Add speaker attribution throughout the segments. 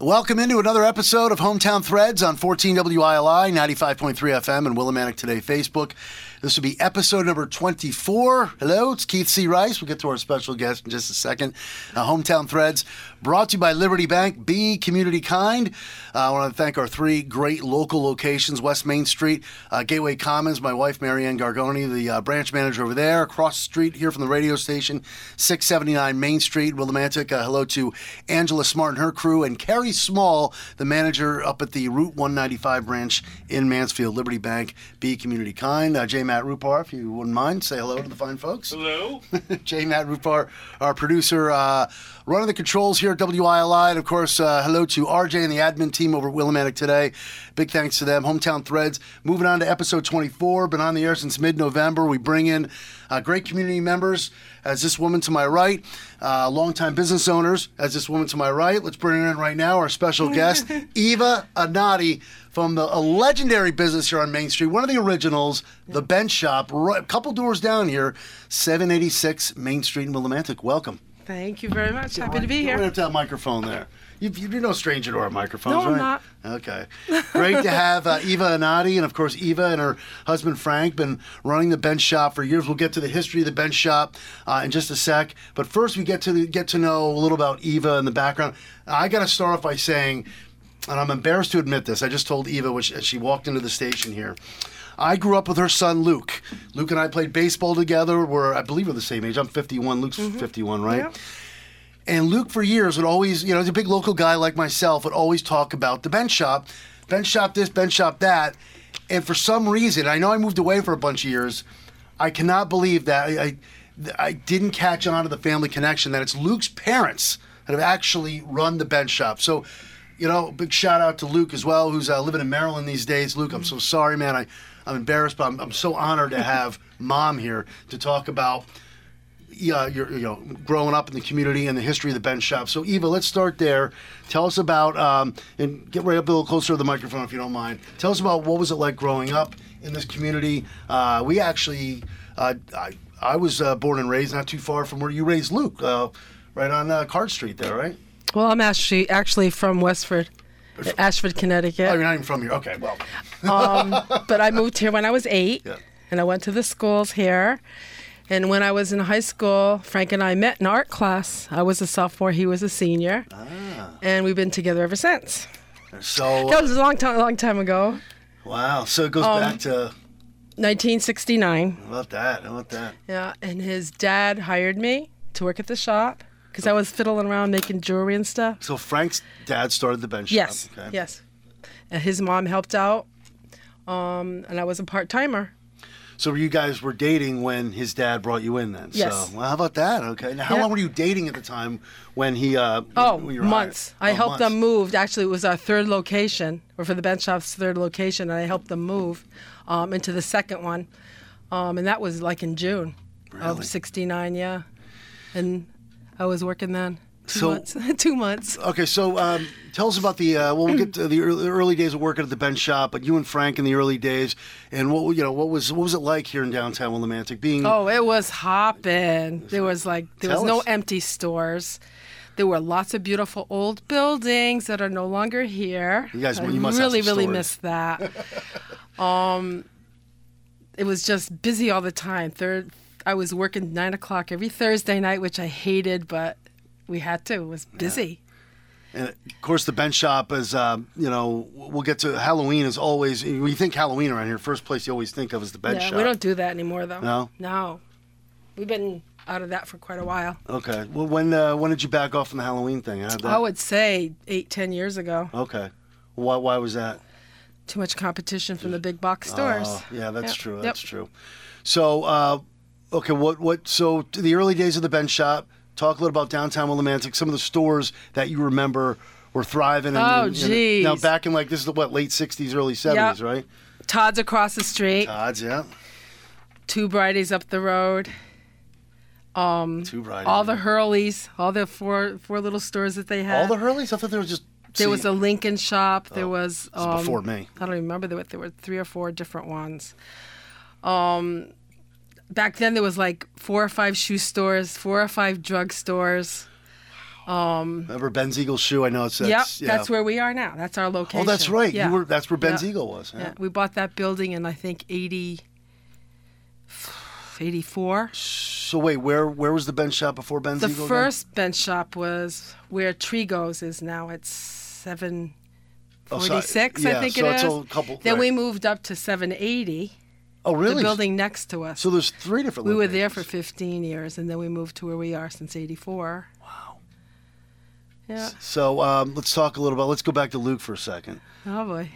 Speaker 1: Welcome into another episode of Hometown Threads on 14 WILI, 95.3 FM, and Willimantic Today Facebook. This will be episode number 24. Hello, it's Keith C. Rice. We'll get to our special guest in just a second. Uh, Hometown Threads brought to you by Liberty Bank, Be Community Kind. Uh, I want to thank our three great local locations West Main Street, uh, Gateway Commons, my wife, Marianne Gargoni, the uh, branch manager over there, across the street here from the radio station, 679 Main Street, Willimantic. Uh, hello to Angela Smart and her crew, and Carrie Small, the manager up at the Route 195 branch in Mansfield, Liberty Bank, Be Community Kind. Uh, J. Matt Rupar, if you wouldn't mind, say hello to the fine folks.
Speaker 2: Hello.
Speaker 1: J. Matt Rupar, our producer, uh, running the controls here at WILI. And of course, uh, hello to RJ and the admin team over at Willimantic today. Big thanks to them. Hometown Threads. Moving on to episode 24. Been on the air since mid November. We bring in uh, great community members, as this woman to my right, uh, longtime business owners, as this woman to my right. Let's bring in right now our special guest, Eva Anati. From the a legendary business here on Main Street, one of the originals, the Bench Shop, right, a couple doors down here, 786 Main Street in Willimantic. Welcome.
Speaker 3: Thank you very much. Happy to be
Speaker 1: You don't
Speaker 3: here.
Speaker 1: have to have a microphone there. You, you're no stranger to our microphones,
Speaker 3: No, I'm
Speaker 1: right?
Speaker 3: not.
Speaker 1: Okay. Great to have uh, Eva Anati and, of course, Eva and her husband Frank been running the bench shop for years. We'll get to the history of the bench shop uh, in just a sec. But first, we get to get to know a little about Eva and the background. I got to start off by saying, and I'm embarrassed to admit this, I just told Eva when she, as she walked into the station here. I grew up with her son Luke. Luke and I played baseball together. We're, I believe, we're the same age. I'm 51. Luke's
Speaker 3: Mm-hmm.
Speaker 1: 51, right?
Speaker 3: Yeah.
Speaker 1: And Luke, for years, would always, you know, he's a big local guy like myself, would always talk about the bench shop, bench shop this, bench shop that. And for some reason, I know I moved away for a bunch of years. I cannot believe that I, I, I didn't catch on to the family connection that it's Luke's parents that have actually run the bench shop. So, you know, big shout out to Luke as well, who's uh, living in Maryland these days. Luke, I'm so sorry, man. I, I'm embarrassed, but I'm, I'm so honored to have mom here to talk about yeah, you're, you know, growing up in the community and the history of the bench shop. So, Eva, let's start there. Tell us about, um, and get right up a little closer to the microphone if you don't mind. Tell us about what was it like growing up in this community. Uh, we actually, uh, I, I was uh, born and raised not too far from where you raised Luke, uh, right on uh, Card Street there, right?
Speaker 3: Well, I'm actually actually from Westford, Ashford, Connecticut. Um,
Speaker 1: Oh, you're not even from here. Okay, well,
Speaker 3: but I moved here when I was eight,
Speaker 1: Yeah.
Speaker 3: and I went to the schools here. And when I was in high school, Frank and I met in art class. I was a sophomore; he was a senior,
Speaker 1: Ah.
Speaker 3: and we've been together ever since.
Speaker 1: so
Speaker 3: That was a long time, long time ago,
Speaker 1: wow. So it goes
Speaker 3: Um,
Speaker 1: back to
Speaker 3: 1969.
Speaker 1: how about that. How about that?
Speaker 3: Yeah, and his dad hired me to work at the shop because I was fiddling around making jewelry and stuff.
Speaker 1: So Frank's dad started the bench
Speaker 3: Yes.
Speaker 1: shop. okay?
Speaker 3: Yes. And his mom helped out, um, and I was a part timer.
Speaker 1: So you guys were dating when his dad brought you in then.
Speaker 3: Yes.
Speaker 1: So, well, how about that? Okay. Now, how
Speaker 3: Yeah.
Speaker 1: long were you dating at the time when he? Uh,
Speaker 3: Oh,
Speaker 1: when you were
Speaker 3: months.
Speaker 1: hired?
Speaker 3: I
Speaker 1: Oh,
Speaker 3: helped
Speaker 1: months.
Speaker 3: them move. Actually, it was our third location, or for the bench shop's third location, and I helped them move um, into the second one, um, and that was like in June
Speaker 1: Really?
Speaker 3: of '69. Yeah, and I was working then. Two
Speaker 1: So-
Speaker 3: months. two months.
Speaker 1: Okay, so um, tell us about the. Uh, well, we'll get to the early, early days of working at the bench shop, but you and Frank in the early days, and what you know, what was what was it like here in downtown Willimantic? Being
Speaker 3: Oh, it was hopping. There was like there was
Speaker 1: Tell
Speaker 3: no
Speaker 1: us.
Speaker 3: empty stores. There were lots of beautiful old buildings that are no longer here.
Speaker 1: You guys-
Speaker 3: I
Speaker 1: you must have
Speaker 3: really,
Speaker 1: some
Speaker 3: really
Speaker 1: stories.
Speaker 3: missed that. um, it was just busy all the time. Third, I was working nine o'clock every Thursday night, which I hated, but we had to. It was busy.
Speaker 1: And of course, the bench shop is, um, you know, we'll get to Halloween is always, when you think Halloween around here, first place you always think of is the bench
Speaker 3: Yeah,
Speaker 1: shop.
Speaker 3: we don't do that anymore, though.
Speaker 1: No?
Speaker 3: no, we've been out of that for quite a while.
Speaker 1: okay. Well, when uh, when did you back off from the Halloween thing? How'd that-
Speaker 3: I would say eight, ten years ago.
Speaker 1: Okay. Why, why was that?
Speaker 3: too much competition from the big box stores.
Speaker 1: Oh, yeah, that's
Speaker 3: Yep.
Speaker 1: true.
Speaker 3: Yep.
Speaker 1: That's true. So, uh, okay, what what? So, to the early days of the bench shop. Talk a little about downtown Willimantic. Some of the stores that you remember were thriving. And,
Speaker 3: Oh,
Speaker 1: and- and- now
Speaker 3: geez.
Speaker 1: back in like this is the what late '60s, early '70s,
Speaker 3: Yep.
Speaker 1: right?
Speaker 3: Todd's across the street,
Speaker 1: Odds, yeah.
Speaker 3: two Brighties up the road,
Speaker 1: Two right.
Speaker 3: all the Hurleys, all the four four little stores that they had.
Speaker 1: all the Hurleys. I thought there was just
Speaker 3: there
Speaker 1: see, oh,
Speaker 3: was a Lincoln shop. There was um,
Speaker 1: before me.
Speaker 3: I don't even remember there were, there were three or four different ones. Um, back then there was like four or five shoe stores, four or five drug stores.
Speaker 1: Remember Ben's Eagle shoe? I know it's that's,
Speaker 3: yep,
Speaker 1: yeah.
Speaker 3: that's where we are now. That's our location.
Speaker 1: Oh, that's right.
Speaker 3: Yeah.
Speaker 1: You were that's where Ben's
Speaker 3: Yeah.
Speaker 1: Eagle was. Yeah.
Speaker 3: Yeah, we bought that building in I think 80, 84.
Speaker 1: So wait, where where was the bench shop before Ben's
Speaker 3: The
Speaker 1: Eagle? again?
Speaker 3: first bench shop was where Trigos is now. It's seven
Speaker 1: Oh, so-
Speaker 3: forty-six,
Speaker 1: yeah,
Speaker 3: I think
Speaker 1: so
Speaker 3: it
Speaker 1: it's
Speaker 3: is.
Speaker 1: a couple-
Speaker 3: then we
Speaker 1: right.
Speaker 3: moved up to seven eighty,
Speaker 1: Oh really?
Speaker 3: the building next to us.
Speaker 1: So there's three different.
Speaker 3: we were
Speaker 1: locations.
Speaker 3: there for fifteen years, and then we moved to where we are since eighty-four. Wow. Yeah.
Speaker 1: So um, let's talk a little about. Let's go back to Luke for a second.
Speaker 3: Oh boy.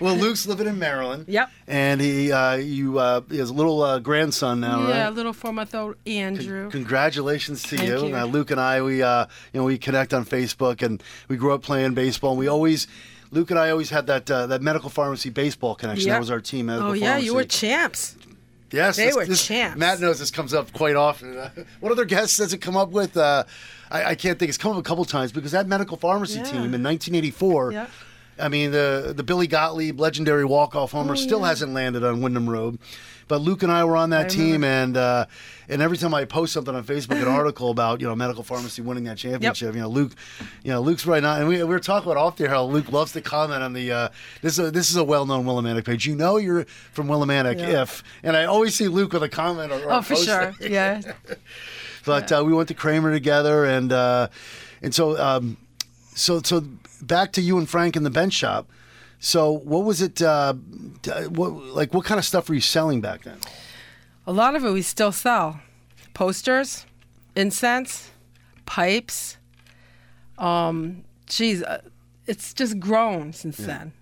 Speaker 1: Well, Luke's living in Maryland.
Speaker 3: Yep.
Speaker 1: And he, uh, you, uh, he has a little uh, grandson now,
Speaker 3: Yeah,
Speaker 1: right?
Speaker 3: little four-month-old Andrew.
Speaker 1: Congratulations to
Speaker 3: Thank
Speaker 1: you.
Speaker 3: you.
Speaker 1: Uh, Luke and I, we, uh, you know, we connect on Facebook, and we grew up playing baseball. And we always, Luke and I, always had that uh, that medical pharmacy baseball connection.
Speaker 3: Yep.
Speaker 1: That was our team. Medical
Speaker 3: Oh yeah, you were
Speaker 1: pharmacy.
Speaker 3: champs.
Speaker 1: Yes,
Speaker 3: They
Speaker 1: this-
Speaker 3: were
Speaker 1: this-
Speaker 3: champs.
Speaker 1: Matt knows this comes up quite often. Uh, what other guests does it come up with? Uh, I, I can't think. It's come up a couple times because that medical pharmacy
Speaker 3: Yeah.
Speaker 1: team in 1984.
Speaker 3: Yeah.
Speaker 1: I mean the the Billy Gottlieb legendary walk off homer still
Speaker 3: Oh, yeah.
Speaker 1: hasn't landed on Wyndham Road, but Luke and I were on that team, and uh, and every time I post something on Facebook, an article about you know medical pharmacy winning that championship, you know Luke, you know Luke's right now, and we, we were talking about off there how Luke loves to comment on the uh, this is a, this is a well known Willimantic page. You know you're from Willimantic
Speaker 3: Yeah.
Speaker 1: if, and I always see Luke with a comment or, or a
Speaker 3: Oh, for
Speaker 1: post
Speaker 3: sure. Yeah.
Speaker 1: but uh, we went to Kramer together, and uh, and so um, so so back to you and Frank in the bench shop. So what was it? Uh, d- what like what kind of stuff were you selling back then?
Speaker 3: A lot of it we still sell posters, incense, pipes. Um, geez, uh, it's just grown since then.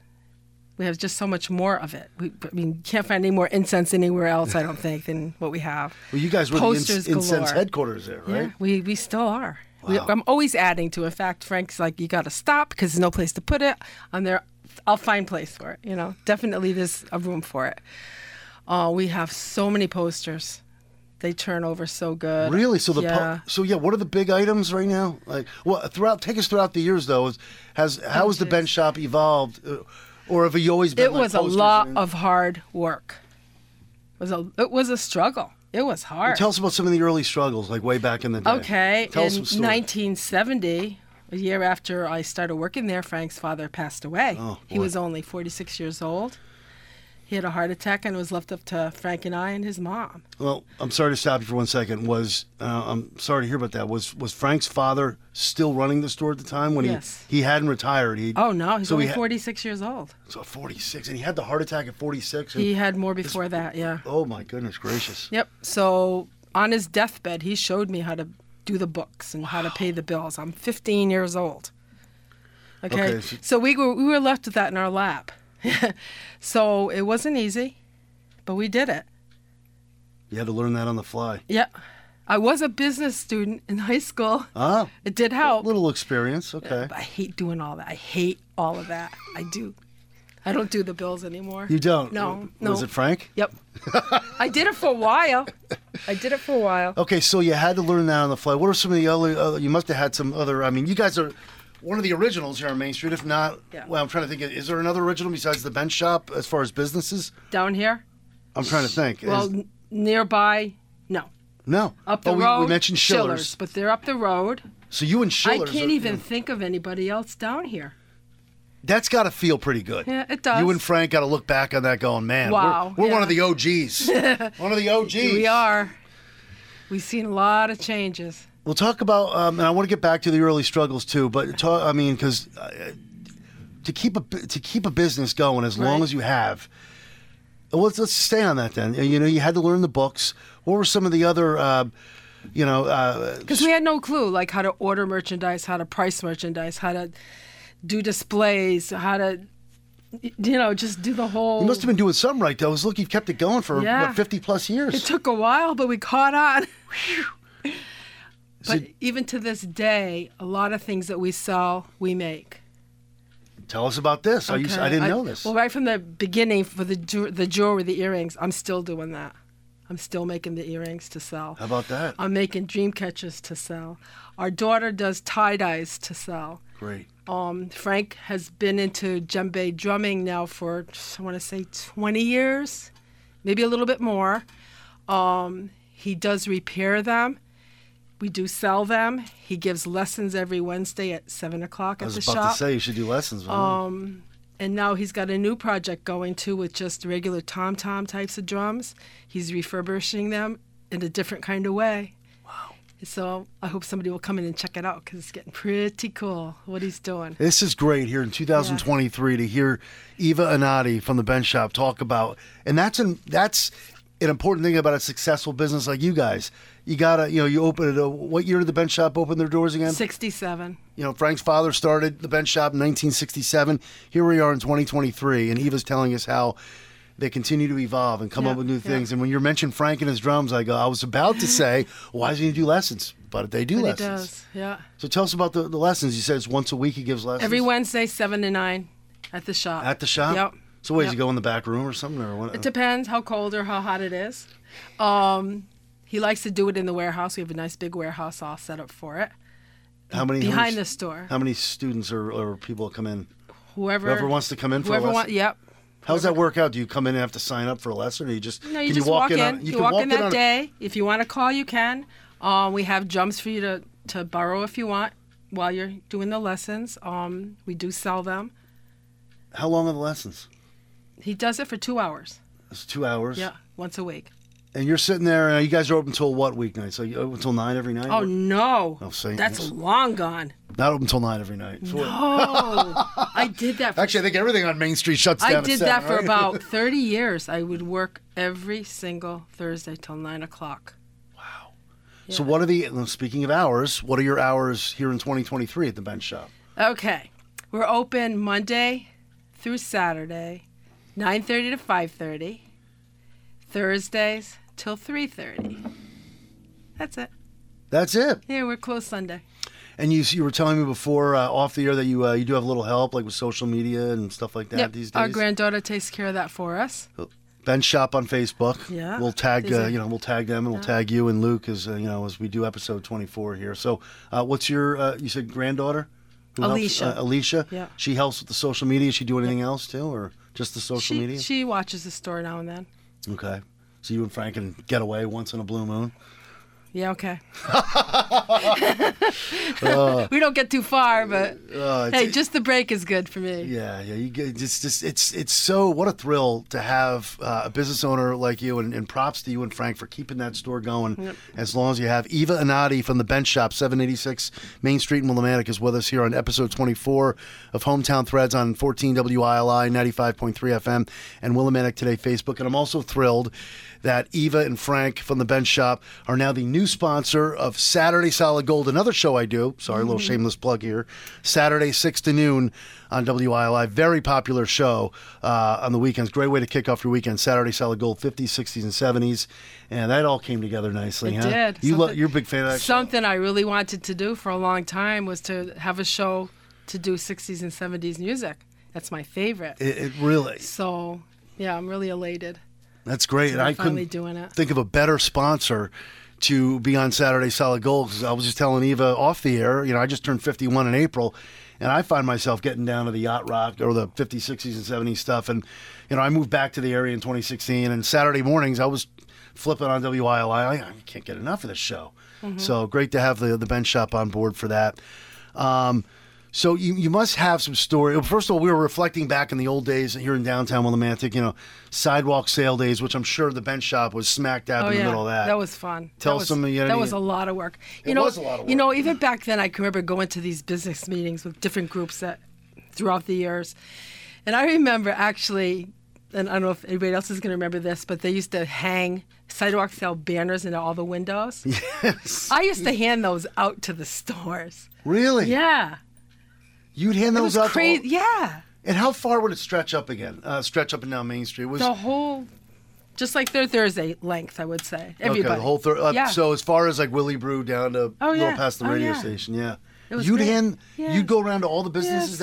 Speaker 3: We have just so much more of it. We, I mean, you can't find any more incense anywhere else, I don't think, than what we have.
Speaker 1: Well, you guys were
Speaker 3: Posters
Speaker 1: the ins- incense
Speaker 3: galore.
Speaker 1: headquarters there, right?
Speaker 3: Yeah, we, we still are. We,
Speaker 1: Wow.
Speaker 3: I'm always adding to. it. In fact, Frank's like, you got to stop because there's no place to put it. I'm there. I'll find place for it. You know, definitely there's a room for it. Oh, we have so many posters. They turn over so good.
Speaker 1: Really? So the po-
Speaker 3: yeah.
Speaker 1: so yeah. What are the big items right now? Like well, throughout take us throughout the years though. Is, has how has the
Speaker 3: geez.
Speaker 1: bench shop evolved, Uh, or have you always been?
Speaker 3: it
Speaker 1: like,
Speaker 3: was a
Speaker 1: posters
Speaker 3: lot
Speaker 1: and-
Speaker 3: of hard work. It was a it was a struggle. It was hard.
Speaker 1: Tell us about some of the early struggles, like way back in the day.
Speaker 3: Okay,
Speaker 1: Tell
Speaker 3: in
Speaker 1: us some stories.
Speaker 3: 1970, a year after I started working there, Frank's father passed away.
Speaker 1: Oh,
Speaker 3: he
Speaker 1: boy.
Speaker 3: was only 46 years old. He had a heart attack and was left up to Frank and I and his mom.
Speaker 1: Well, I'm sorry to stop you for one second. Was uh, I'm sorry to hear about that. Was was Frank's father still running the store at the time when
Speaker 3: Yes.
Speaker 1: he he hadn't retired? He
Speaker 3: Oh no, he's
Speaker 1: So
Speaker 3: only
Speaker 1: he ha-
Speaker 3: 46 years old.
Speaker 1: so 46, and he had the heart attack at 46. And,
Speaker 3: He had more before that, yeah.
Speaker 1: oh my goodness gracious!
Speaker 3: Yep. So on his deathbed, he showed me how to do the books and how to pay the bills. I'm 15 years old. Okay.
Speaker 1: Okay, so-
Speaker 3: so we were we were left with that in our lap. so it wasn't easy, but we did it.
Speaker 1: You had to learn that on the fly.
Speaker 3: Yeah. I was a business student in high school.
Speaker 1: Ah,
Speaker 3: It did help.
Speaker 1: little experience. Okay,
Speaker 3: Oh. But I hate doing all that. I hate all of that. I do. I don't do the bills anymore.
Speaker 1: you don't.
Speaker 3: No, no.
Speaker 1: Was it Frank?
Speaker 3: Yep. I did it for a while. I did it for a while.
Speaker 1: Okay, so you had to learn that on the fly. What are some of the other? Uh, you must have had some other. I mean, you guys are one of the originals here on Main Street. If not,
Speaker 3: Yeah.
Speaker 1: well, I'm trying to think. Is there another original besides the bench shop as far as businesses?
Speaker 3: Down here?
Speaker 1: I'm trying to think.
Speaker 3: Well,
Speaker 1: Is-
Speaker 3: n- nearby, no.
Speaker 1: No.
Speaker 3: Up the
Speaker 1: oh, we,
Speaker 3: road,
Speaker 1: we mentioned Schiller's.
Speaker 3: but they're up the road.
Speaker 1: So you and Schiller's. uh,
Speaker 3: I can't
Speaker 1: are-
Speaker 3: even think of anybody else down here.
Speaker 1: That's got to feel pretty good.
Speaker 3: Yeah, it does.
Speaker 1: You and Frank got to look back on that going, man, we're-
Speaker 3: Wow,
Speaker 1: we're, one of the
Speaker 3: yeah.
Speaker 1: OGs. one of the OGs.
Speaker 3: We are. We've seen a lot of changes.
Speaker 1: We'll talk about, um, and I want to get back to the early struggles too, but talk, I mean, because uh, to keep a bu- to keep a business going as long
Speaker 3: Right.
Speaker 1: as you have, well, let's let's stay on that then. You know, you had to learn the books. What were some of the other, uh, you know, uh,
Speaker 3: Because we had no clue, like how to order merchandise, how to price merchandise, how to do displays, how to, y- you know, just do the whole.
Speaker 1: you must have been doing something right though. 'cause Look, you've kept it going for
Speaker 3: Yeah.
Speaker 1: what, fifty plus years.
Speaker 3: It took a while, but we caught on. but even to this day, a lot of things that we sell, we make.
Speaker 1: Tell us about this. Are Oh, you, I
Speaker 3: Okay.
Speaker 1: didn't know this.
Speaker 3: Well, right from the beginning, for the ju- the jewelry, the earrings, I'm still doing that. I'm still making the earrings to sell.
Speaker 1: How about that?
Speaker 3: I'm making dream catchers to sell. Our daughter does tie dyes to sell.
Speaker 1: Great.
Speaker 3: Um, Frank has been into djembe drumming now for I want to say 20 years, maybe a little bit more. Um, he does repair them. We do sell them. He gives lessons every Wednesday at seven o'clock
Speaker 1: I
Speaker 3: at
Speaker 1: was
Speaker 3: the
Speaker 1: about
Speaker 3: shop. Um,
Speaker 1: to say you should do lessons. man.
Speaker 3: And now he's got a new project going too with just regular tom tom types of drums. He's refurbishing them in a different kind of way. Wow. So I hope somebody will come in and check it out because it's getting pretty cool what he's doing.
Speaker 1: This is great here in 2023 to hear Eva Anati from the Bench Shop talk about, and that's an that's an important thing about a successful business like you guys. You gotta, you know, you open it. uh, What year did the Bench Shop open their doors again?
Speaker 3: 67.
Speaker 1: You know, Frank's father started the Bench Shop in 1967. Here we are in 2023, and Eva's telling us how they continue to evolve and come
Speaker 3: Yeah,
Speaker 1: up with new
Speaker 3: yeah.
Speaker 1: things. And when you mentioned Frank and his drums, I go, I was about to say, why does he do lessons? But they do
Speaker 3: But he
Speaker 1: lessons.
Speaker 3: does. Yeah.
Speaker 1: So tell us about the, the lessons. You said it's once a week he gives lessons.
Speaker 3: Every Wednesday, 7 to 9 at the shop.
Speaker 1: At the shop? Oh.
Speaker 3: Yep.
Speaker 1: So what, does
Speaker 3: Yep.
Speaker 1: he go in the back room or something? Or what?
Speaker 3: It depends how cold or how hot it is. Um, he likes to do it in the warehouse. We have a nice big warehouse all set up for it.
Speaker 1: uh, how many, how
Speaker 3: Behind
Speaker 1: many,
Speaker 3: the store.
Speaker 1: How many students or, or people come in?
Speaker 3: Whoever,
Speaker 1: Whoever wants to come in for a
Speaker 3: whoever
Speaker 1: lesson?
Speaker 3: want- yep.
Speaker 1: How does that work out? Do you come in and have to sign up for a lesson, or you just
Speaker 3: No, you
Speaker 1: can
Speaker 3: just
Speaker 1: you walk,
Speaker 3: walk, in.
Speaker 1: on?
Speaker 3: you
Speaker 1: can
Speaker 3: walk, in that
Speaker 1: on a-
Speaker 3: day. If you want to call, you can. Um, we have drums for you to, to borrow if you want while you're doing the lessons. Um, we do sell them.
Speaker 1: How long are the lessons?
Speaker 3: He does it for two hours.
Speaker 1: It's two hours.
Speaker 3: Yeah, once a week.
Speaker 1: And you're sitting there. and You guys are open till what weeknight? So you open till nine every night?
Speaker 3: Oh
Speaker 1: Or-
Speaker 3: no,
Speaker 1: Oh, see,
Speaker 3: that's
Speaker 1: yes.
Speaker 3: long gone.
Speaker 1: Not open till nine every night. So what-
Speaker 3: Oh, I did that. For,
Speaker 1: Actually, I think everything on Main Street shuts down.
Speaker 3: I
Speaker 1: at
Speaker 3: did
Speaker 1: seven,
Speaker 3: that for
Speaker 1: right?
Speaker 3: about thirty years. I would work every single Thursday till nine o'clock.
Speaker 1: So what are the? well, Speaking of hours, what are your hours here in 2023 at the bench shop?
Speaker 3: Okay. We're open Monday through Saturday, 9:30 to 5:30. Thursdays till 3:30. That's it.
Speaker 1: That's it.
Speaker 3: Yeah, we're closed Sunday.
Speaker 1: And you you were telling me before uh, off the air that you uh, you do have a little help like with social media and stuff like that
Speaker 3: Yep,
Speaker 1: these days.
Speaker 3: Our granddaughter takes care of that for us.
Speaker 1: Bench Shop on Facebook.
Speaker 3: Yeah.
Speaker 1: we'll tag
Speaker 3: These
Speaker 1: uh,
Speaker 3: are-
Speaker 1: you know we'll tag them and we'll tag you and Luke as uh, you know as we do episode 24 here. So uh, what's your uh, you said granddaughter? Who helps-
Speaker 3: Alicia.
Speaker 1: uh, Alicia.
Speaker 3: Yeah.
Speaker 1: She helps with the social media. She do anything else too, or just the social
Speaker 3: she,
Speaker 1: media?
Speaker 3: she watches the store now and then.
Speaker 1: Okay. So you and Frank can get away once in a blue moon.
Speaker 3: Yeah, okay. we don't get too far, but
Speaker 1: Uh, it's-
Speaker 3: hey, just the break is good for me.
Speaker 1: Yeah, yeah. You get it's just it's it's so what a thrill to have uh, a business owner like you, and, and props to you and Frank for keeping that store going as long as you have. Eva Anati from the Bench Shop, 786 Main Street in Willimantic, is with us here on episode 24 of Hometown Threads on 14 WILI 95.3 FM and Willimantic Today Facebook. And I'm also thrilled that Eva and Frank from the Bench Shop are now the new sponsor of Saturday Solid Gold, another show I do. Sorry, a little
Speaker 3: Mm.
Speaker 1: shameless plug here. Saturday, 6 to noon on WILI. Very popular show uh, on the weekends. Great way to kick off your weekend. Saturday Solid Gold, 50s, 60s, and 70s. And that all came together nicely,
Speaker 3: It
Speaker 1: huh?
Speaker 3: did.
Speaker 1: You lo-
Speaker 3: Something-
Speaker 1: you're a big fan of that show.
Speaker 3: Something I really wanted to do for a long time was to have a show to do 60s and 70s music. That's my favorite.
Speaker 1: It, it really,
Speaker 3: So, yeah, I'm really elated.
Speaker 1: that's great. And
Speaker 3: we're
Speaker 1: I
Speaker 3: finally
Speaker 1: couldn't
Speaker 3: doing it.
Speaker 1: think of a better sponsor to be on Saturday Solid Gold 'cause I was just telling Eva off the air, you know, I just turned 51 in April and I find myself getting down to the yacht rock or the 50s, 60s, and 70s stuff. And, you know, I moved back to the area in 2016 and Saturday mornings I was flipping on WILI. I, I can't get enough of this show.
Speaker 3: Mm-hmm.
Speaker 1: So great to have the, the bench shop on board for that. Um, so you, you must have some story. well, First of all, we were reflecting back in the old days here in downtown Willimantic, you know, sidewalk sale days, which I'm sure the bench shop was smack dab
Speaker 3: Oh,
Speaker 1: in the
Speaker 3: yeah.
Speaker 1: middle of that.
Speaker 3: was fun.
Speaker 1: Tell
Speaker 3: that was,
Speaker 1: some of the-
Speaker 3: That was a lot of work. You
Speaker 1: It
Speaker 3: know,
Speaker 1: was a lot of
Speaker 3: You know, even back then, I can remember going to these business meetings with different groups that throughout the years. And I remember actually, and I don't know if anybody else is going to remember this, but they used to hang sidewalk sale banners into all the windows.
Speaker 1: Yes.
Speaker 3: I used to hand those out to the stores.
Speaker 1: Really?
Speaker 3: Yeah.
Speaker 1: You'd hand
Speaker 3: It
Speaker 1: those
Speaker 3: was
Speaker 1: out. to all-
Speaker 3: crazy. Yeah.
Speaker 1: and how far would it stretch up again? Uh, stretch up and down Main Street? It Was
Speaker 3: The whole, just like their Thursday length, I would say.
Speaker 1: okay?
Speaker 3: Everybody.
Speaker 1: The whole thir- up,
Speaker 3: Yeah.
Speaker 1: So as far as like Willie Brew down to a
Speaker 3: Oh,
Speaker 1: little
Speaker 3: yeah.
Speaker 1: past the
Speaker 3: Oh,
Speaker 1: radio
Speaker 3: yeah.
Speaker 1: station, yeah.
Speaker 3: was
Speaker 1: You'd
Speaker 3: great.
Speaker 1: hand.
Speaker 3: Yes.
Speaker 1: You'd go around to all the businesses
Speaker 3: Yes.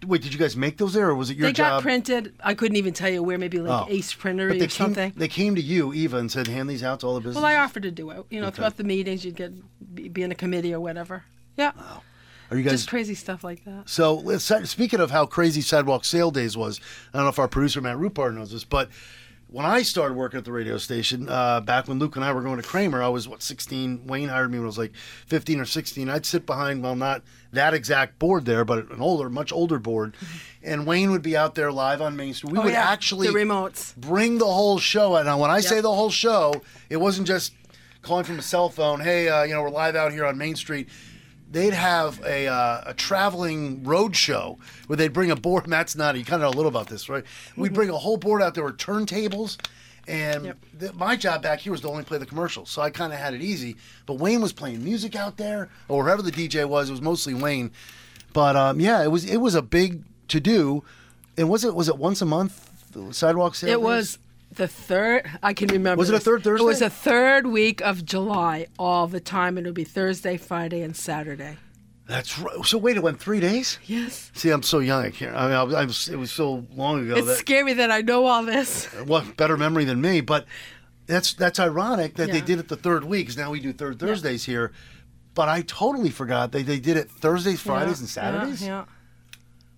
Speaker 1: that. Wait, did you guys make those there, or was it your
Speaker 3: they
Speaker 1: job?
Speaker 3: got printed. I couldn't even tell you where, maybe like
Speaker 1: Oh.
Speaker 3: Ace
Speaker 1: But
Speaker 3: Printery
Speaker 1: they
Speaker 3: or something.
Speaker 1: Came, they came to you, Eva, and said, "Hand these out to all the businesses."
Speaker 3: well, I offered to do it. You know, throughout the meetings, you'd get be, be in a committee or whatever. Yeah.
Speaker 1: Are you guys
Speaker 3: Just crazy stuff like that.
Speaker 1: So let's- speaking of how crazy sidewalk sale days was, I don't know if our producer Matt Rupar knows this, but when I started working at the radio station, uh, back when Luke and I were going to Kramer, I was what 16. Wayne hired me when I was like 15 or 16. I'd sit behind, well, not that exact board there, but an older, much older board, and Wayne would be out there live on Main Street. We
Speaker 3: Mm-hmm. Oh,
Speaker 1: would
Speaker 3: yeah,
Speaker 1: actually
Speaker 3: the remotes.
Speaker 1: bring the whole show. And when I say
Speaker 3: Yep.
Speaker 1: the whole show, it wasn't just calling from a cell phone. Hey, uh, you know, we're live out here on Main Street. They'd have a, uh, a traveling road show where they'd bring a board. Matt's not. You kind of know a little about this, right? We'd bring a whole board out. There were turntables, and
Speaker 3: Mm-hmm. Yep.
Speaker 1: th- my job back here was to only play the commercials, so I kind of had it easy. But Wayne was playing music out there, or wherever the DJ was. It was mostly Wayne, but um, yeah, it was it was a big to do. And was it was it once a month? the Sidewalk sale.
Speaker 3: It
Speaker 1: days?
Speaker 3: was the third. I can remember.
Speaker 1: Was it a
Speaker 3: this.
Speaker 1: third
Speaker 3: It was
Speaker 1: Thursday?
Speaker 3: the third week of July, all the time, and it would be Thursday, Friday, and Saturday.
Speaker 1: That's right. So wait, it went three days.
Speaker 3: Yes.
Speaker 1: See, I'm so young. I can't. I mean, I was, I was, it was so long ago
Speaker 3: It's
Speaker 1: that
Speaker 3: scary that I know all this.
Speaker 1: what better memory than me. But that's that's ironic that they
Speaker 3: Yeah.
Speaker 1: did it the third week. 'cause now we do third Thursdays here. But I totally forgot they they did it Thursdays, Fridays, and
Speaker 3: Yeah,
Speaker 1: Saturdays.
Speaker 3: yeah.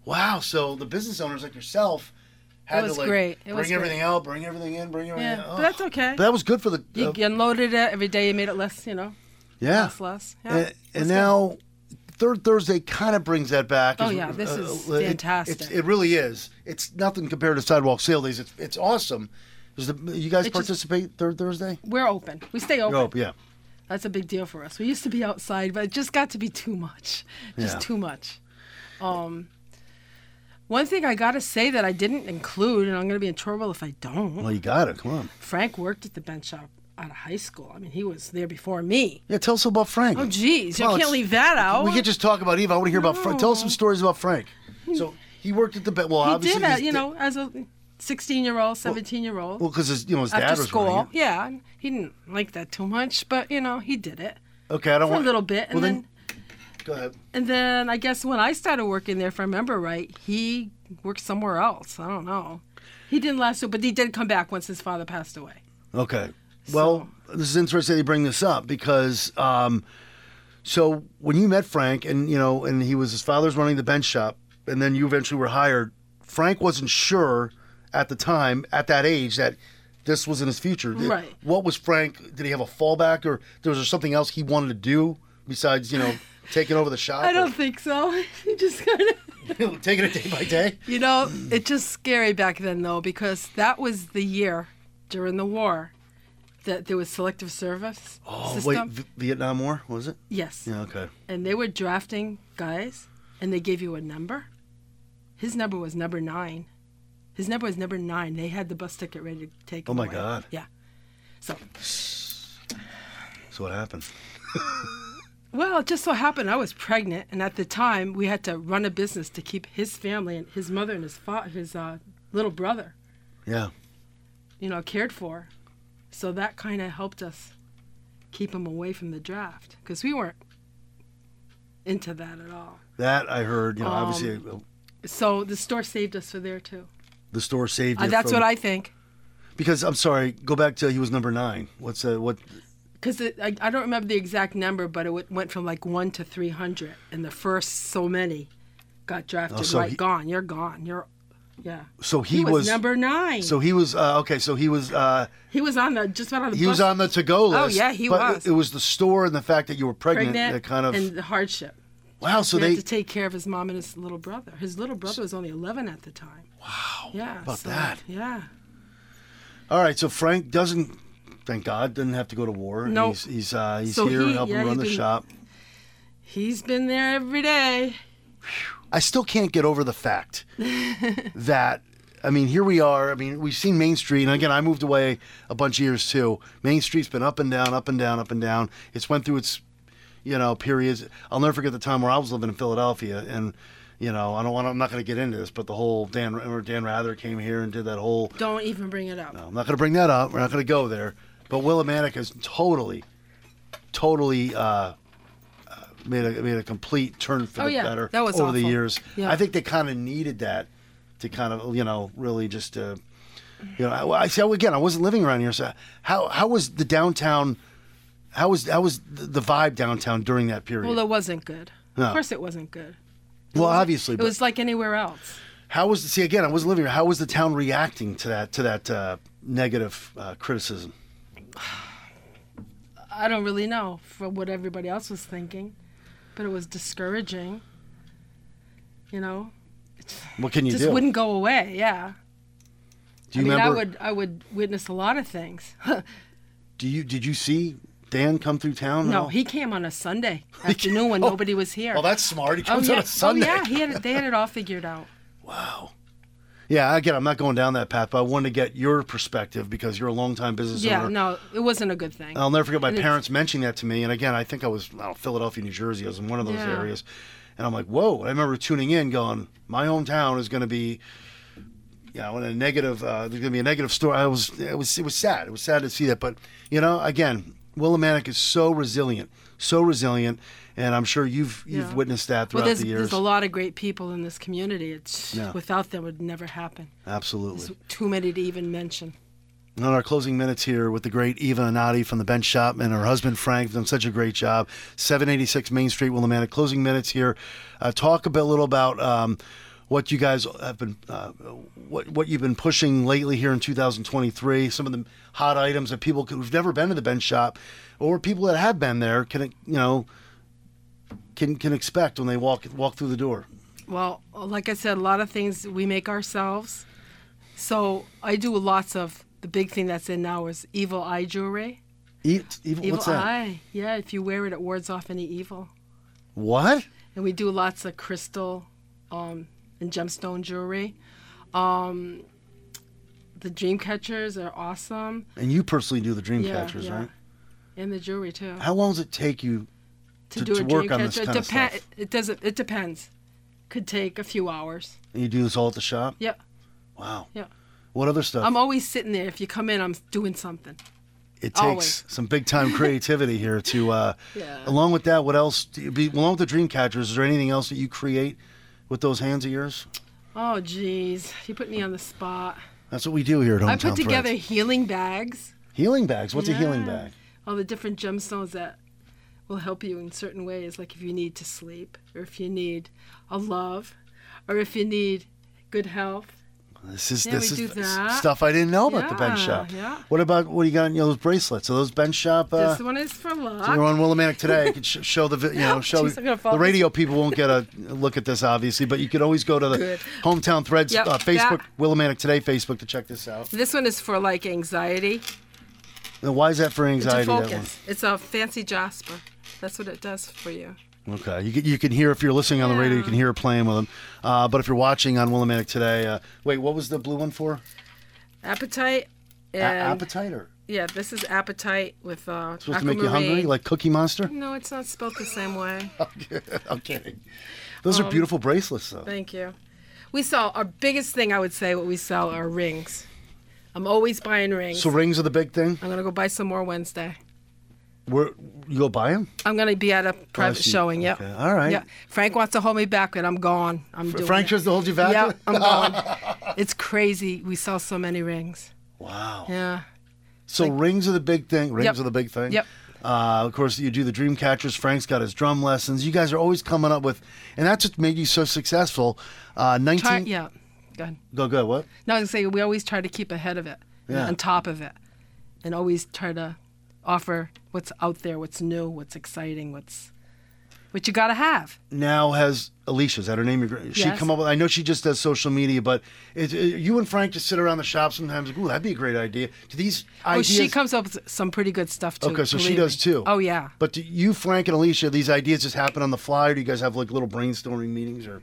Speaker 1: Wow. So the business owners like yourself had
Speaker 3: was
Speaker 1: to like
Speaker 3: great. It
Speaker 1: bring
Speaker 3: was
Speaker 1: everything out, bring everything in, bring everything.
Speaker 3: Yeah,
Speaker 1: out.
Speaker 3: but that's okay.
Speaker 1: But Oh, that was good for the
Speaker 3: You
Speaker 1: uh,
Speaker 3: unloaded it every day. You made it less, you know,
Speaker 1: yeah.
Speaker 3: less, less. Yeah,
Speaker 1: and, and
Speaker 3: that's
Speaker 1: now third thursday kind of brings that back
Speaker 3: Oh,
Speaker 1: It's- uh,
Speaker 3: yeah, this is
Speaker 1: it-
Speaker 3: fantastic.
Speaker 1: it's- it, really is it's nothing compared to sidewalk sale days it's, it's awesome Does the, you guys
Speaker 3: It just-
Speaker 1: participate third thursday
Speaker 3: good. we're open. We stay open.
Speaker 1: oh yeah
Speaker 3: That's a big deal for us. We used to be outside, but it just got to be too much. Just
Speaker 1: Yeah.
Speaker 3: too much. Um, one thing I got to say that I didn't include, and I'm going to be in trouble if I don't.
Speaker 1: well you got it come on
Speaker 3: Frank worked at the bench shop out of high school. I mean, he was there before me.
Speaker 1: yeah tell us about frank
Speaker 3: Oh, geez, you
Speaker 1: Well,
Speaker 3: can't
Speaker 1: it's-
Speaker 3: leave that out.
Speaker 1: we could just talk about eve i want to hear about frank tell us some stories about frank so he worked at the ba- well
Speaker 3: he
Speaker 1: obviously
Speaker 3: did, uh,
Speaker 1: his
Speaker 3: you
Speaker 1: da-
Speaker 3: know, as a 16 year old, 17 year old.
Speaker 1: well because his you know his dad
Speaker 3: after
Speaker 1: was
Speaker 3: school.
Speaker 1: running it.
Speaker 3: Yeah, and he didn't like that too much, but you know he did it
Speaker 1: okay i don't
Speaker 3: for
Speaker 1: want
Speaker 3: a little bit, and
Speaker 1: well,
Speaker 3: then,
Speaker 1: go ahead
Speaker 3: and then I guess when I started working there, if I remember right, he worked somewhere else. I don't know. He didn't last, so- but he did come back once his father passed away.
Speaker 1: Okay. Well, this is interesting that you bring this up because um, so when you met Frank and you know and he was his father's running the bench shop and then you eventually were hired, Frank wasn't sure at the time at that age that this was in his future. Did-
Speaker 3: Right.
Speaker 1: What was Frank? Did he have a fallback or there was there something else he wanted to do besides you know taking over the shop?
Speaker 3: I don't think so. he just kind of.
Speaker 1: or taking it day by day.
Speaker 3: You know, it's just scary back then though, because that was the year during the war that there was selective service
Speaker 1: Oh
Speaker 3: system.
Speaker 1: wait, v- Vietnam War was it?
Speaker 3: Yes.
Speaker 1: Yeah. Okay.
Speaker 3: and they were drafting guys and they gave you a number. His number was number nine. His number was number nine. They had the bus ticket ready to take
Speaker 1: Oh,
Speaker 3: him
Speaker 1: my
Speaker 3: away.
Speaker 1: God.
Speaker 3: Yeah. So
Speaker 1: So what happened?
Speaker 3: well, it just so happened I was pregnant and at the time we had to run a business to keep his family and his mother and his fa- his uh, little brother,
Speaker 1: Yeah.
Speaker 3: you know, cared for. So that kind of helped us keep him away from the draft because we weren't into that at all.
Speaker 1: That I heard. You know,
Speaker 3: Um,
Speaker 1: obviously uh,
Speaker 3: So the store saved us for there too.
Speaker 1: the store saved.
Speaker 3: Uh,
Speaker 1: you
Speaker 3: that's
Speaker 1: from-
Speaker 3: what I think.
Speaker 1: Because I'm sorry, go back to he was number nine. What's uh, what?
Speaker 3: because I, I don't remember the exact number, but it w- went from like one to three hundred, and the first so many got drafted.
Speaker 1: Oh, so
Speaker 3: right,
Speaker 1: he-
Speaker 3: gone. You're gone. You're, yeah.
Speaker 1: So he,
Speaker 3: He, was, number nine.
Speaker 1: So he was uh, okay. So he was uh,
Speaker 3: he was on the just about on the
Speaker 1: he was
Speaker 3: bus,
Speaker 1: on the to go list.
Speaker 3: Oh, yeah, he
Speaker 1: but
Speaker 3: was.
Speaker 1: It, it was the store and the fact that you were pregnant,
Speaker 3: pregnant
Speaker 1: that kind of
Speaker 3: and the hardship.
Speaker 1: wow. So
Speaker 3: he
Speaker 1: they
Speaker 3: had to take care of his mom and his little brother. His little brother was only eleven at the time. Wow. Yeah.
Speaker 1: about
Speaker 3: so-
Speaker 1: that?
Speaker 3: Yeah.
Speaker 1: all right. So Frank doesn't. Thank God, doesn't have to go to war.
Speaker 3: Nope.
Speaker 1: He's he's, uh, he's
Speaker 3: So
Speaker 1: here
Speaker 3: he-
Speaker 1: helping
Speaker 3: yeah,
Speaker 1: run
Speaker 3: he's
Speaker 1: the
Speaker 3: been-
Speaker 1: shop.
Speaker 3: He's been there every day.
Speaker 1: I still can't get over the fact that I mean, here we are. I mean, we've seen Main Street, and again, I moved away a bunch of years too. Main Street's been up and down, up and down, up and down. It's went through its, you know, periods. I'll never forget the time where I was living in Philadelphia, and you know, I don't want. I'm not going to get into this, but the whole Dan remember Dan Rather came here and did that whole.
Speaker 3: Don't even bring it up.
Speaker 1: I'm not going to bring that up. We're not going to go there. But Willimantic has totally, totally uh, uh, made a made a complete turn for
Speaker 3: Oh,
Speaker 1: the
Speaker 3: yeah.
Speaker 1: better
Speaker 3: That was
Speaker 1: over the
Speaker 3: awful.
Speaker 1: years.
Speaker 3: Yeah.
Speaker 1: I think they kind of needed that to kind of you know really just uh, you know I, I see again I wasn't living around here so how how was the downtown how was how was the the vibe downtown during that period?
Speaker 3: Well, it wasn't good.
Speaker 1: No.
Speaker 3: Of course, it wasn't good.
Speaker 1: Well, obviously,
Speaker 3: It
Speaker 1: but
Speaker 3: was like anywhere else.
Speaker 1: how was see again I wasn't living here. How was the town reacting to that to that uh, negative uh, criticism?
Speaker 3: I don't really know for what everybody else was thinking, but it was discouraging. You know,
Speaker 1: What can you
Speaker 3: just
Speaker 1: do?
Speaker 3: wouldn't go away. Yeah.
Speaker 1: do you
Speaker 3: I mean,
Speaker 1: remember?
Speaker 3: I would I would witness a lot of things.
Speaker 1: Do you did you see Dan come through town? at
Speaker 3: no,
Speaker 1: all?
Speaker 3: he came on a Sunday afternoon when nobody was here.
Speaker 1: Well, that's smart. He
Speaker 3: oh,
Speaker 1: oh. comes
Speaker 3: yeah.
Speaker 1: on a Sunday.
Speaker 3: oh yeah, he had it, they had it all figured out.
Speaker 1: Wow. Yeah, again, I'm not going down that path, but I wanted to get your perspective because you're a longtime business
Speaker 3: Yeah,
Speaker 1: owner.
Speaker 3: no, it wasn't a good thing.
Speaker 1: I'll never forget my
Speaker 3: And it's-
Speaker 1: parents mentioning that to me. And again, I think I was I don't know, Philadelphia, New Jersey. I was in one of those
Speaker 3: Yeah.
Speaker 1: areas, and I'm like, whoa! I remember tuning in, going, my hometown is going to be, you know, in a negative. Uh, there's going to be a negative story. I was it was it was sad. It was sad to see that, but you know, again, Willimantic is so resilient, so resilient, and I'm sure you've you've
Speaker 3: Yeah.
Speaker 1: witnessed that
Speaker 3: well,
Speaker 1: throughout
Speaker 3: there's,
Speaker 1: the years.
Speaker 3: there's a lot of great people in this community. It's
Speaker 1: Yeah.
Speaker 3: without them it would never happen.
Speaker 1: Absolutely.
Speaker 3: There's too many to even mention.
Speaker 1: And on our closing minutes here with the great Eva Anati from the Bench Shop and her husband Frank, done such a great job. 786 Main Street, Willimantic. Closing minutes here. Uh, talk a bit, little about um, what you guys have been, uh, what what you've been pushing lately here in 2023. Some of the hot items that people could- who've never been to the Bench Shop, or people that have been there, can you know, can can expect when they walk walk through the door.
Speaker 3: Well, like I said, a lot of things we make ourselves. So I do lots of the big thing that's in now is evil eye jewelry.
Speaker 1: Eat, evil,
Speaker 3: Evil
Speaker 1: what's that?
Speaker 3: eye. Yeah, if you wear it, it wards off any evil.
Speaker 1: What?
Speaker 3: And we do lots of crystal um, and gemstone jewelry. Um, the dream catchers are awesome.
Speaker 1: And you personally do the dream
Speaker 3: Yeah,
Speaker 1: catchers,
Speaker 3: yeah.
Speaker 1: right?
Speaker 3: And the jewelry too.
Speaker 1: How long does it take you to- to
Speaker 3: a
Speaker 1: work
Speaker 3: dream
Speaker 1: on this
Speaker 3: catcher,
Speaker 1: kinda
Speaker 3: it depen-
Speaker 1: stuff.
Speaker 3: It doesn't. It depends. Could take a few hours.
Speaker 1: And you do this all at the shop?
Speaker 3: Yep.
Speaker 1: Wow.
Speaker 3: Yeah.
Speaker 1: What other stuff?
Speaker 3: I'm always sitting there. If you come in, I'm doing something.
Speaker 1: it takes
Speaker 3: always.
Speaker 1: some big time creativity here to. Uh,
Speaker 3: Yeah.
Speaker 1: Along with that, what else? Do you, be, along with the dream catchers, is there anything else that you create with those hands of yours?
Speaker 3: Oh, geez. You put me on the spot.
Speaker 1: That's what we do here at Hometown
Speaker 3: I put together
Speaker 1: Threads.
Speaker 3: healing bags,
Speaker 1: healing bags. What's a healing
Speaker 3: Yeah.
Speaker 1: bag?
Speaker 3: all the different gemstones that will help you in certain ways, like if you need to sleep, or if you need a love, or if you need good health.
Speaker 1: This is
Speaker 3: Yeah,
Speaker 1: this
Speaker 3: we
Speaker 1: is
Speaker 3: do that.
Speaker 1: stuff I didn't know about the bench
Speaker 3: Yeah,
Speaker 1: shop.
Speaker 3: yeah.
Speaker 1: What about what do you got in those bracelets? Are those bench shop? Uh,
Speaker 3: this one is for luck.
Speaker 1: We're on Willimantic today. I could sh- show the, vi- you know, show
Speaker 3: Jeez, I'm gonna fall
Speaker 1: the radio people won't get a look at this, obviously, but you could always go to the
Speaker 3: Good.
Speaker 1: hometown threads
Speaker 3: Yep,
Speaker 1: uh, Facebook,
Speaker 3: that-
Speaker 1: Willimantic today Facebook to check this out.
Speaker 3: This one is for like anxiety.
Speaker 1: Now, why is that for
Speaker 3: It's a
Speaker 1: anxiety? That
Speaker 3: focus. It's a fancy jasper. That's what it does for you.
Speaker 1: one? Okay, you can, you can hear if you're listening on the radio, you
Speaker 3: Yeah.
Speaker 1: can hear it playing with them. Uh, but if you're watching on Willimantic today, uh, wait, what was the blue one for?
Speaker 3: Appetite. And,
Speaker 1: A- appetite or
Speaker 3: Yeah, this is appetite with uh,
Speaker 1: supposed to make you hungry
Speaker 3: aquamarine.
Speaker 1: like Cookie Monster?
Speaker 3: no, it's not spelled the same way.
Speaker 1: I'm kidding. Those
Speaker 3: Um,
Speaker 1: are beautiful bracelets, though.
Speaker 3: Thank you. We sell our biggest thing. I would say what we sell are rings. I'm always buying rings.
Speaker 1: So rings are the big thing.
Speaker 3: I'm gonna go buy some more Wednesday.
Speaker 1: Where you go buy them?
Speaker 3: I'm gonna be at a private
Speaker 1: see.
Speaker 3: showing. Yep.
Speaker 1: Oh, Okay, all right.
Speaker 3: Yeah. Frank wants to hold me back, but I'm gone. I'm doing
Speaker 1: Frank
Speaker 3: it.
Speaker 1: tries to hold you back.
Speaker 3: Yeah, I'm gone. it's crazy. We sell so many rings.
Speaker 1: Wow.
Speaker 3: Yeah.
Speaker 1: So rings are the big thing. Rings
Speaker 3: Yep.
Speaker 1: are the big thing.
Speaker 3: Yep.
Speaker 1: Uh, of course, you do the dream catchers. Frank's got his drum lessons. You guys are always coming up with, and that's what made you so successful. Uh, Nineteen.
Speaker 3: Try, yeah. Go ahead.
Speaker 1: Go go. What?
Speaker 3: No, I was gonna say we always try to keep ahead of it,
Speaker 1: Yeah.
Speaker 3: on top of it, and always try to offer what's out there, what's new, what's exciting, what's what you gotta have.
Speaker 1: Now has Alicia? Is that her name? Your gr- She
Speaker 3: Yes.
Speaker 1: come up with. I know she just does social media, but it, it- you and Frank just sit around the shop sometimes. Like, Ooh, that'd be a great idea. Do these
Speaker 3: Oh,
Speaker 1: ideas?
Speaker 3: she comes up with some pretty good stuff too.
Speaker 1: Okay, so she
Speaker 3: believe
Speaker 1: does
Speaker 3: me.
Speaker 1: too.
Speaker 3: Oh yeah.
Speaker 1: But do you, Frank, and Alicia, these ideas just happen on the fly, or do you guys have like little brainstorming meetings? Or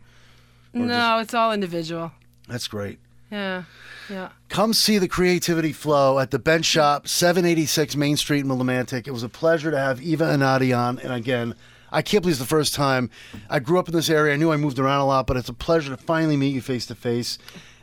Speaker 3: No, it's all individual.
Speaker 1: that's great.
Speaker 3: Yeah, yeah.
Speaker 1: Come see the creativity flow at the Bench Shop, 786 Main Street in Willimantic. It was a pleasure to have Eva Anadi on. And again, I can't believe it's the first time. I grew up in this area. I knew I moved around a lot, but it's a pleasure to finally meet you face to face.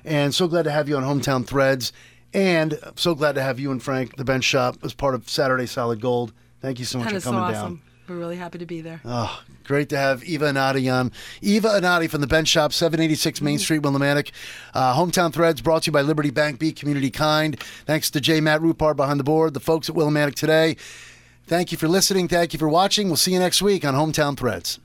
Speaker 1: And so glad to have you on Hometown Threads. And so glad to have you and Frank, the Bench Shop, as part of Saturday Solid Gold. Thank you so much
Speaker 3: That
Speaker 1: for
Speaker 3: is so
Speaker 1: coming
Speaker 3: awesome.
Speaker 1: down.
Speaker 3: We're really happy to be there.
Speaker 1: Oh, great to have Eva Anati on. Eva Anati from the Bench Shop, 786 Main Street, Willimantic. Uh, Hometown Threads brought to you by Liberty Bank, Be Community Kind. Thanks to J. Matt Rupar behind the board, the folks at Willimantic today. Thank you for listening. Thank you for watching. We'll see you next week on Hometown Threads.